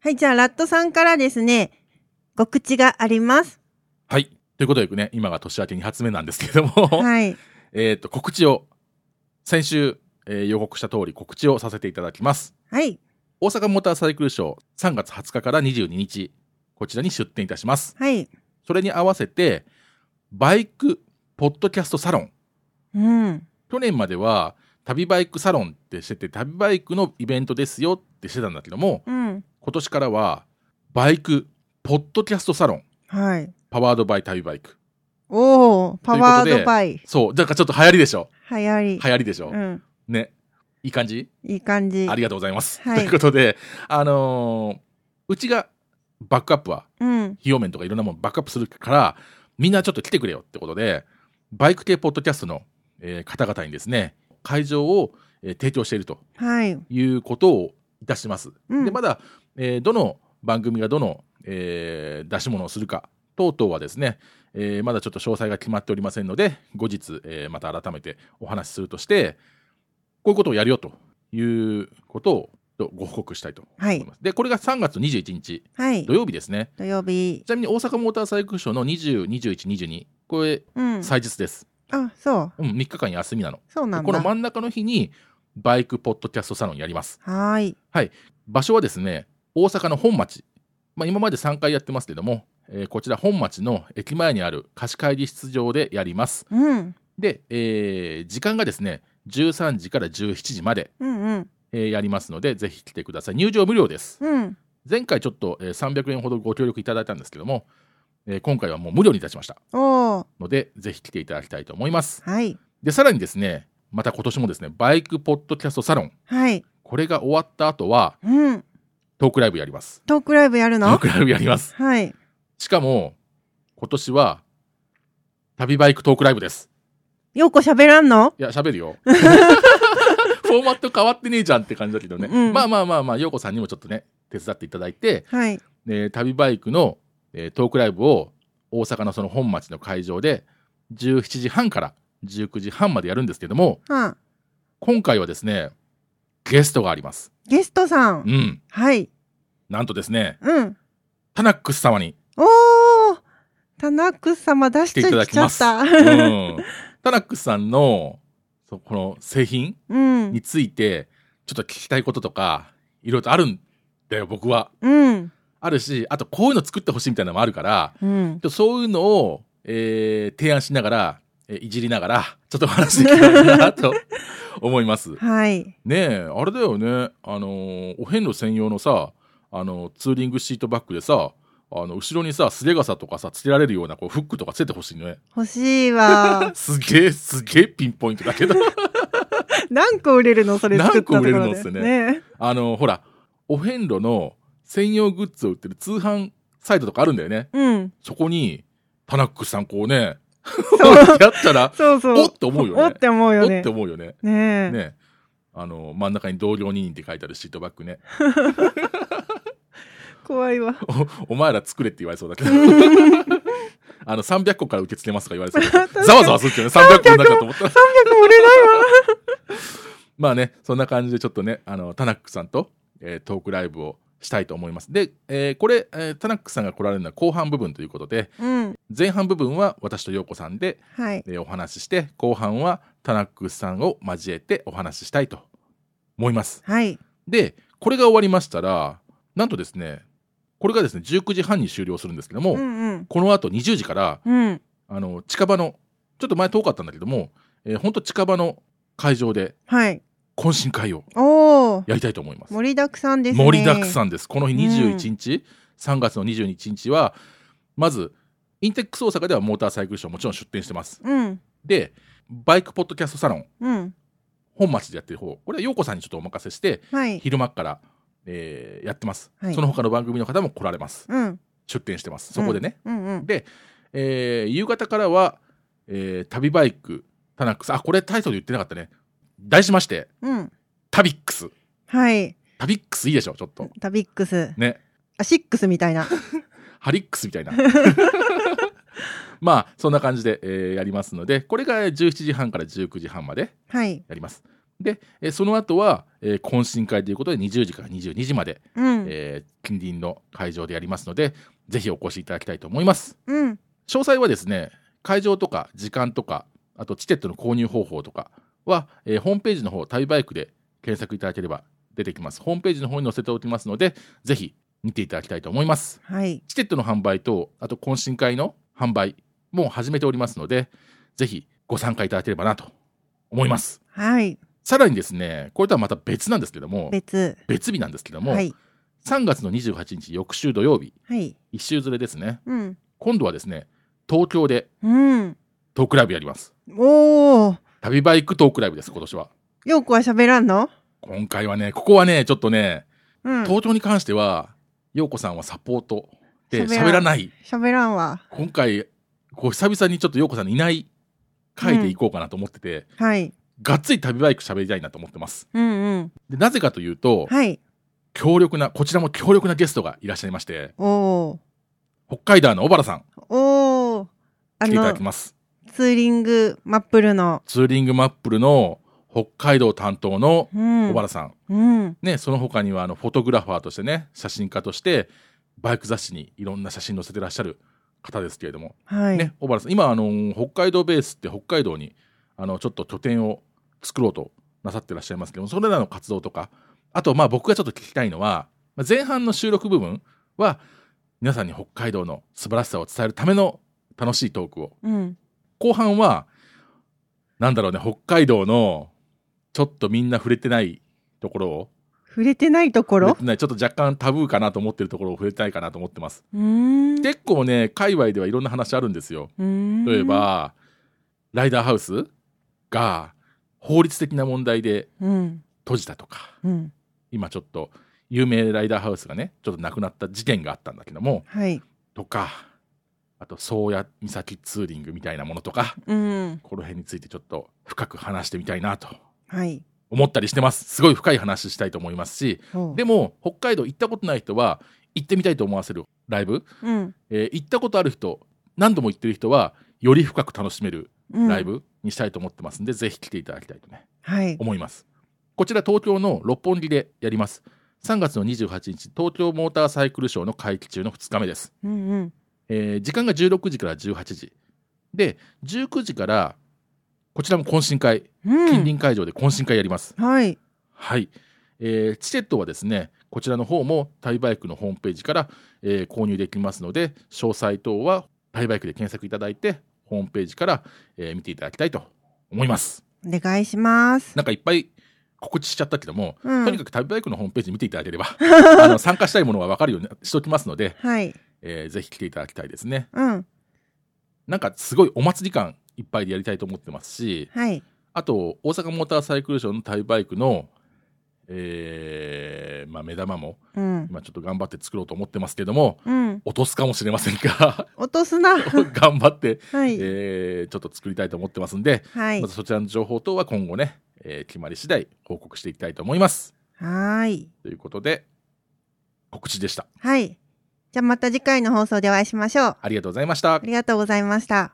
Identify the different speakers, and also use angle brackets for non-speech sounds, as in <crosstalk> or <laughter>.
Speaker 1: はい、じゃあ、ラットさんからですね、ご口があります。
Speaker 2: はい。ということでね、今が年明け2発目なんですけれども、
Speaker 1: はい。
Speaker 2: <laughs> えっと、告知を、先週、えー予告した通り告知をさせていただきます。
Speaker 1: はい。
Speaker 2: 大阪モーターサイクルショー3月20日から22日、こちらに出展いたします。
Speaker 1: はい。
Speaker 2: それに合わせて、バイクポッドキャストサロン。
Speaker 1: うん。
Speaker 2: 去年までは、旅バイクサロンってしてて、旅バイクのイベントですよってしてたんだけども、
Speaker 1: うん。
Speaker 2: 今年からは、バイクポッドキャストサロン。
Speaker 1: はい。
Speaker 2: パワードバイ旅バイク。
Speaker 1: おー、パワードバイ。
Speaker 2: そう。だからちょっと流行りでしょ。
Speaker 1: 流行り。
Speaker 2: 流行りでしょ。
Speaker 1: うん。
Speaker 2: ね。いい感じ
Speaker 1: いい感じ。
Speaker 2: ありがとうございます。
Speaker 1: はい
Speaker 2: ということで、あのーうちがバックアップは、
Speaker 1: うん。
Speaker 2: 費用面とかいろんなものバックアップするから、みんなちょっと来てくれよってことで、バイク系ポッドキャストの、えー方々にですね、会場を、えー提供していると
Speaker 1: はい。う
Speaker 2: いうことをいたします。
Speaker 1: ん。
Speaker 2: で、まだ、えーどの番組がどの、えー出し物をするか等々はですね、えーまだちょっと詳細が決まっておりませんので、後日、えーまた改めてお話しするとして、こういうことをやるよということをご報告したいと
Speaker 1: は
Speaker 2: 思い
Speaker 1: い。
Speaker 2: ます。で、これが3月21日
Speaker 1: はい
Speaker 2: 土。曜日ですね。
Speaker 1: 土曜日
Speaker 2: ち。なみに大阪モーターサイクルショーの20、21、22、これ、
Speaker 1: うん。
Speaker 2: 祭日です。
Speaker 1: あ、そう。
Speaker 2: うん、3日間休みなの。
Speaker 1: そうなん
Speaker 2: この
Speaker 1: だ。
Speaker 2: 真ん中の日に、バイクポッドキャストサロンやります。
Speaker 1: はーい。
Speaker 2: 場所はですね大阪の本町、まあ、今まで3回やってますけども、えーこちら本町の駅前にある貸し会議室場でやります
Speaker 1: うん。
Speaker 2: で、えー時間がですね13時から17時まで、
Speaker 1: うんうん。
Speaker 2: えーやりますのでぜひ来てください入場無料です
Speaker 1: うん。
Speaker 2: 前回ちょっと、えー300円ほどご協力いただいたんですけども、えー今回はもう無料にいたしました
Speaker 1: おー。
Speaker 2: のでぜひ来ていただきたいと思います
Speaker 1: はい。
Speaker 2: でさらにですねまた今年もですねバイクポッドキャストサロン
Speaker 1: はい。
Speaker 2: これが終わった後は
Speaker 1: うん。
Speaker 2: トークライブやります
Speaker 1: トークライブやる
Speaker 2: ト
Speaker 1: の
Speaker 2: ークライブやります
Speaker 1: はい。
Speaker 2: しかも、今年は、旅バイクトークライブです。
Speaker 1: ようこ喋らんの
Speaker 2: いや、喋
Speaker 1: <laughs>
Speaker 2: るよ。フォーマット変わってねえじゃんって感じだけどね。
Speaker 1: うん
Speaker 2: まあまあまあまあ、ようこさんにもちょっとね、手伝っていただいて、
Speaker 1: はい。
Speaker 2: えー旅バイクの、えートークライブを大阪のその本町の会場で、17時半から19時半までやるんですけども、
Speaker 1: はあ、
Speaker 2: 今回はですね、ゲストがあります。
Speaker 1: ゲストさん。
Speaker 2: うん。
Speaker 1: はい。
Speaker 2: なんとですね、
Speaker 1: うん。
Speaker 2: タナックス様に
Speaker 1: おー田中様出し
Speaker 2: 来て
Speaker 1: て
Speaker 2: いただ
Speaker 1: き
Speaker 2: き
Speaker 1: ちゃ
Speaker 2: ま
Speaker 1: っ
Speaker 2: す。
Speaker 1: た。
Speaker 2: うん、タナックスさんの、そこの製品
Speaker 1: うん
Speaker 2: に。ついて、ちょっと聞きたいこととか、いろいろとあるんだよ、僕は。
Speaker 1: うん。
Speaker 2: あるし、あとこういうの作ってほしいみたいなのもあるから、
Speaker 1: うん
Speaker 2: ちょ。っとそういうのを、えー提案しながら、えーいじりながら、ちょっとお話しできたらな
Speaker 1: <laughs>
Speaker 2: と思います。ね
Speaker 1: はい。
Speaker 2: え、あれだよね。あのーお遍路専用のさ、あのーツーリングシートバッグでさ、あの、後ろにさ、すれ傘とかさ、つけられるような、こう、フックとかつけてほしいね。。
Speaker 1: 欲しいわ <laughs>
Speaker 2: すげえ、すげえピンポイントだけど。
Speaker 1: 何個売れるのそれ作ったところで。
Speaker 2: 何個売れるのっすね
Speaker 1: ね
Speaker 2: あの、ほら、お遍路の専用グッズを売ってる通販サイトとかあるんだよね。
Speaker 1: うん。
Speaker 2: そこに、タナックさんこうね、
Speaker 1: そう。
Speaker 2: <laughs> やったら、
Speaker 1: そうそう。
Speaker 2: おっと思うよね
Speaker 1: おって思う
Speaker 2: お
Speaker 1: よ
Speaker 2: っ
Speaker 1: ね
Speaker 2: て。思うよね。
Speaker 1: ねえ。
Speaker 2: ね。あの、真ん中に同僚2人って書いてあるシートバッグね。
Speaker 1: 怖いわ。
Speaker 2: おお前ら作れって言われそう
Speaker 1: <laughs>
Speaker 2: だけど。あの、300個から受け付けますとか言われそう
Speaker 1: <laughs>
Speaker 2: だけど。ざわざわするけどね、300個の中と思ったら。
Speaker 1: 300も売れないわ。
Speaker 2: まあね、そんな感じでちょっとね、あの、タナックさんと、えートークライブをしたいと思います。で、えーこれ、えータナックさんが来られるのは後半部分ということで、
Speaker 1: うん。
Speaker 2: 前半部分は私と陽子さんで、
Speaker 1: はい。
Speaker 2: えーお話しして後半はタナックさんを交えてお話ししたいと思います
Speaker 1: はい。
Speaker 2: でこれが終わりましたらなんとですねこれがですね19時半に終了するんですけど
Speaker 1: う
Speaker 2: も、
Speaker 1: んうん。
Speaker 2: この後20時から
Speaker 1: うん。
Speaker 2: あの近場のちょっと前遠かったんだけども、えー、ほんと近場の会場で
Speaker 1: はい。
Speaker 2: 懇親会を
Speaker 1: おー。
Speaker 2: やりたいと思います
Speaker 1: 盛りだくさんですね。
Speaker 2: 盛りだく
Speaker 1: ん。
Speaker 2: さんですこの日
Speaker 1: うん
Speaker 2: 21日、3月の21日はまずインテックス大阪ではモーターサイクルショーもちろん出展してます
Speaker 1: うん。
Speaker 2: でバイクポッドキャストサロン
Speaker 1: うん。
Speaker 2: 本町でやってる方これは陽子さんにちょっとお任せして
Speaker 1: はい。
Speaker 2: 昼間っから、えーやってます、
Speaker 1: はい
Speaker 2: その他の番組の方も来られます
Speaker 1: うん。
Speaker 2: 出店してますそこでね、
Speaker 1: うんうん。
Speaker 2: で、えー夕方からは、えー旅バイクタナックスあこれタイトル言ってなかったね題しまして
Speaker 1: うん。
Speaker 2: タビックス
Speaker 1: はい。
Speaker 2: タビックスいいでしょちょっと
Speaker 1: タビックス。
Speaker 2: ね
Speaker 1: あ、シックスみたいな。
Speaker 2: ハリックス
Speaker 1: <laughs>
Speaker 2: みたいなまあそんな感じで、えーやりますのでこれが17時半から19時半まで
Speaker 1: はい。
Speaker 2: やりますで、えーその後は、えー懇親会ということで20時から22時まで
Speaker 1: うん。
Speaker 2: えー近隣の会場でやりますので、ぜひお越しいただきたいと思います。
Speaker 1: うん。
Speaker 2: 詳細はですね、会場とか時間とか、あとチケットの購入方法とかは、えーホームページの方、旅バイクで検索いただければ出てきます。ホームページの方に載せておきますので、ぜひ見ていただきたいと思います。
Speaker 1: はい。
Speaker 2: チケットの販売と、あと懇親会の販売も始めておりますので、ぜひご参加いただければなと思います。
Speaker 1: はい。
Speaker 2: さらにですね、これとはまた別なんですけども、
Speaker 1: 別。
Speaker 2: 別日なんですけども、
Speaker 1: はい。
Speaker 2: 3月の28日、翌週土曜日、
Speaker 1: はい。
Speaker 2: 1週ずれですね、
Speaker 1: うん。
Speaker 2: 今度はですね、東京で
Speaker 1: うん。
Speaker 2: トークライブやります。
Speaker 1: おお。
Speaker 2: 旅バイクトークライブです、今年は。
Speaker 1: ようこは喋らんの
Speaker 2: 今回はね、ここはね、ちょっとね、
Speaker 1: うん。
Speaker 2: 東京に関しては、陽子さんはサポートで
Speaker 1: 喋らん
Speaker 2: 喋らない。
Speaker 1: 喋らんわ。
Speaker 2: 今回、こう久々にちょっと陽子さんのいない回でいこうかなと思ってて、
Speaker 1: はい。
Speaker 2: がっつり旅バイク喋りたいなと思ってます。
Speaker 1: うんうん。
Speaker 2: でなぜかというと、
Speaker 1: はい。
Speaker 2: 強力な、こちらも強力なゲストがいらっしゃいまして、
Speaker 1: おお。
Speaker 2: 北海道の小原さん、
Speaker 1: おお。あ
Speaker 2: 来ていただ
Speaker 1: の
Speaker 2: き、ます。
Speaker 1: ツーリングマップルの。
Speaker 2: ツーリングマップルの北海道担当の
Speaker 1: うん。
Speaker 2: 小原さん。
Speaker 1: うん。
Speaker 2: ね、その他には、あの、フォトグラファーとしてね、写真家として、バイク雑誌にいろんな写真載せてらっしゃる方ですけれども、
Speaker 1: はい。
Speaker 2: ね、小原さん、今、あの、北海道ベースって北海道に、あの、ちょっと拠点を作ろうとなさってらっしゃいますけども、それらの活動とか、あと、まあ僕がちょっと聞きたいのは、まあ前半の収録部分は、皆さんに北海道の素晴らしさを伝えるための楽しいトークを、
Speaker 1: うん。
Speaker 2: 後半は、なんだろうね、北海道の、ちょっとみんな触れてないところを、
Speaker 1: 触れてないとこ
Speaker 2: 触れ
Speaker 1: ろ
Speaker 2: てないちょっと若干タブーかなと思ってるところを触れたいかなと思ってます。
Speaker 1: うーん。
Speaker 2: 結構ね、界隈ではいろんな話あるんですよ。
Speaker 1: うーん、
Speaker 2: 例えば、ライダーハウスが法律的な問題で
Speaker 1: うん、
Speaker 2: 閉じたとか、
Speaker 1: うん、
Speaker 2: 今ちょっと有名ライダーハウスがね、ちょっとなくなった事件があったんだけども、
Speaker 1: はい、
Speaker 2: とか、あと、宗谷岬ツーリングみたいなものとか、
Speaker 1: うん、
Speaker 2: この辺についてちょっと深く話してみたいなと
Speaker 1: はい、
Speaker 2: 思ったりしてます。すごい深い話したいと思いますし、
Speaker 1: ほう
Speaker 2: でも北海道行ったことない人は行ってみたいと思わせるライブ、
Speaker 1: うん、
Speaker 2: えー行ったことある人何度も行ってる人はより深く楽しめる
Speaker 1: うん
Speaker 2: ライ、ブにしたいと思ってますんで、ぜひ来ていただきたいとね
Speaker 1: はい、
Speaker 2: 思いますこちら東京の六本木でやります3月の28日東京モーターサイクルショーの会期中の2日目です、
Speaker 1: うん、うん、
Speaker 2: えー時間が16時から18時で19時からこちらも懇親会
Speaker 1: うん、
Speaker 2: 近隣会場で懇親会やります、
Speaker 1: はい、
Speaker 2: はい、えーチケットはですねこちらの方もタイバイクのホームページから、えー購入できますので詳細等はタイバイクで検索いただいてホームページから、えー見ていただきたいと思います
Speaker 1: お願いします。
Speaker 2: なんかいっぱい告知しちゃったけども、
Speaker 1: うん
Speaker 2: とにかくタイバイクのホームページ見ていただければ
Speaker 1: <laughs>
Speaker 2: あの参加したいものは分かるようにしておきますので、
Speaker 1: はい、
Speaker 2: えーぜひ来ていただきたいですね
Speaker 1: うん、
Speaker 2: なんかすごいお祭り感いっぱいでやりたいと思ってますし、
Speaker 1: はい、
Speaker 2: あと、大阪モーターサイクルショーのタイバイクの、えーまあ、目玉も、
Speaker 1: うん、
Speaker 2: 今ちょっと頑張って作ろうと思ってますけども、
Speaker 1: うん、
Speaker 2: 落とすかもしれません
Speaker 1: <laughs>
Speaker 2: が、
Speaker 1: 落とす
Speaker 2: <laughs>
Speaker 1: な。は
Speaker 2: 頑張って、
Speaker 1: い、
Speaker 2: えーちょっと作りたいと思ってますんで、
Speaker 1: はい
Speaker 2: まず、そちらの情報等は今後ね、えー決まり次第報告していきたいと思います。
Speaker 1: はい、
Speaker 2: ということで、告知でした。
Speaker 1: はい。じゃあまた次回の放送でお会いしましょう。
Speaker 2: ありがとうございました
Speaker 1: あ。りがとうございました。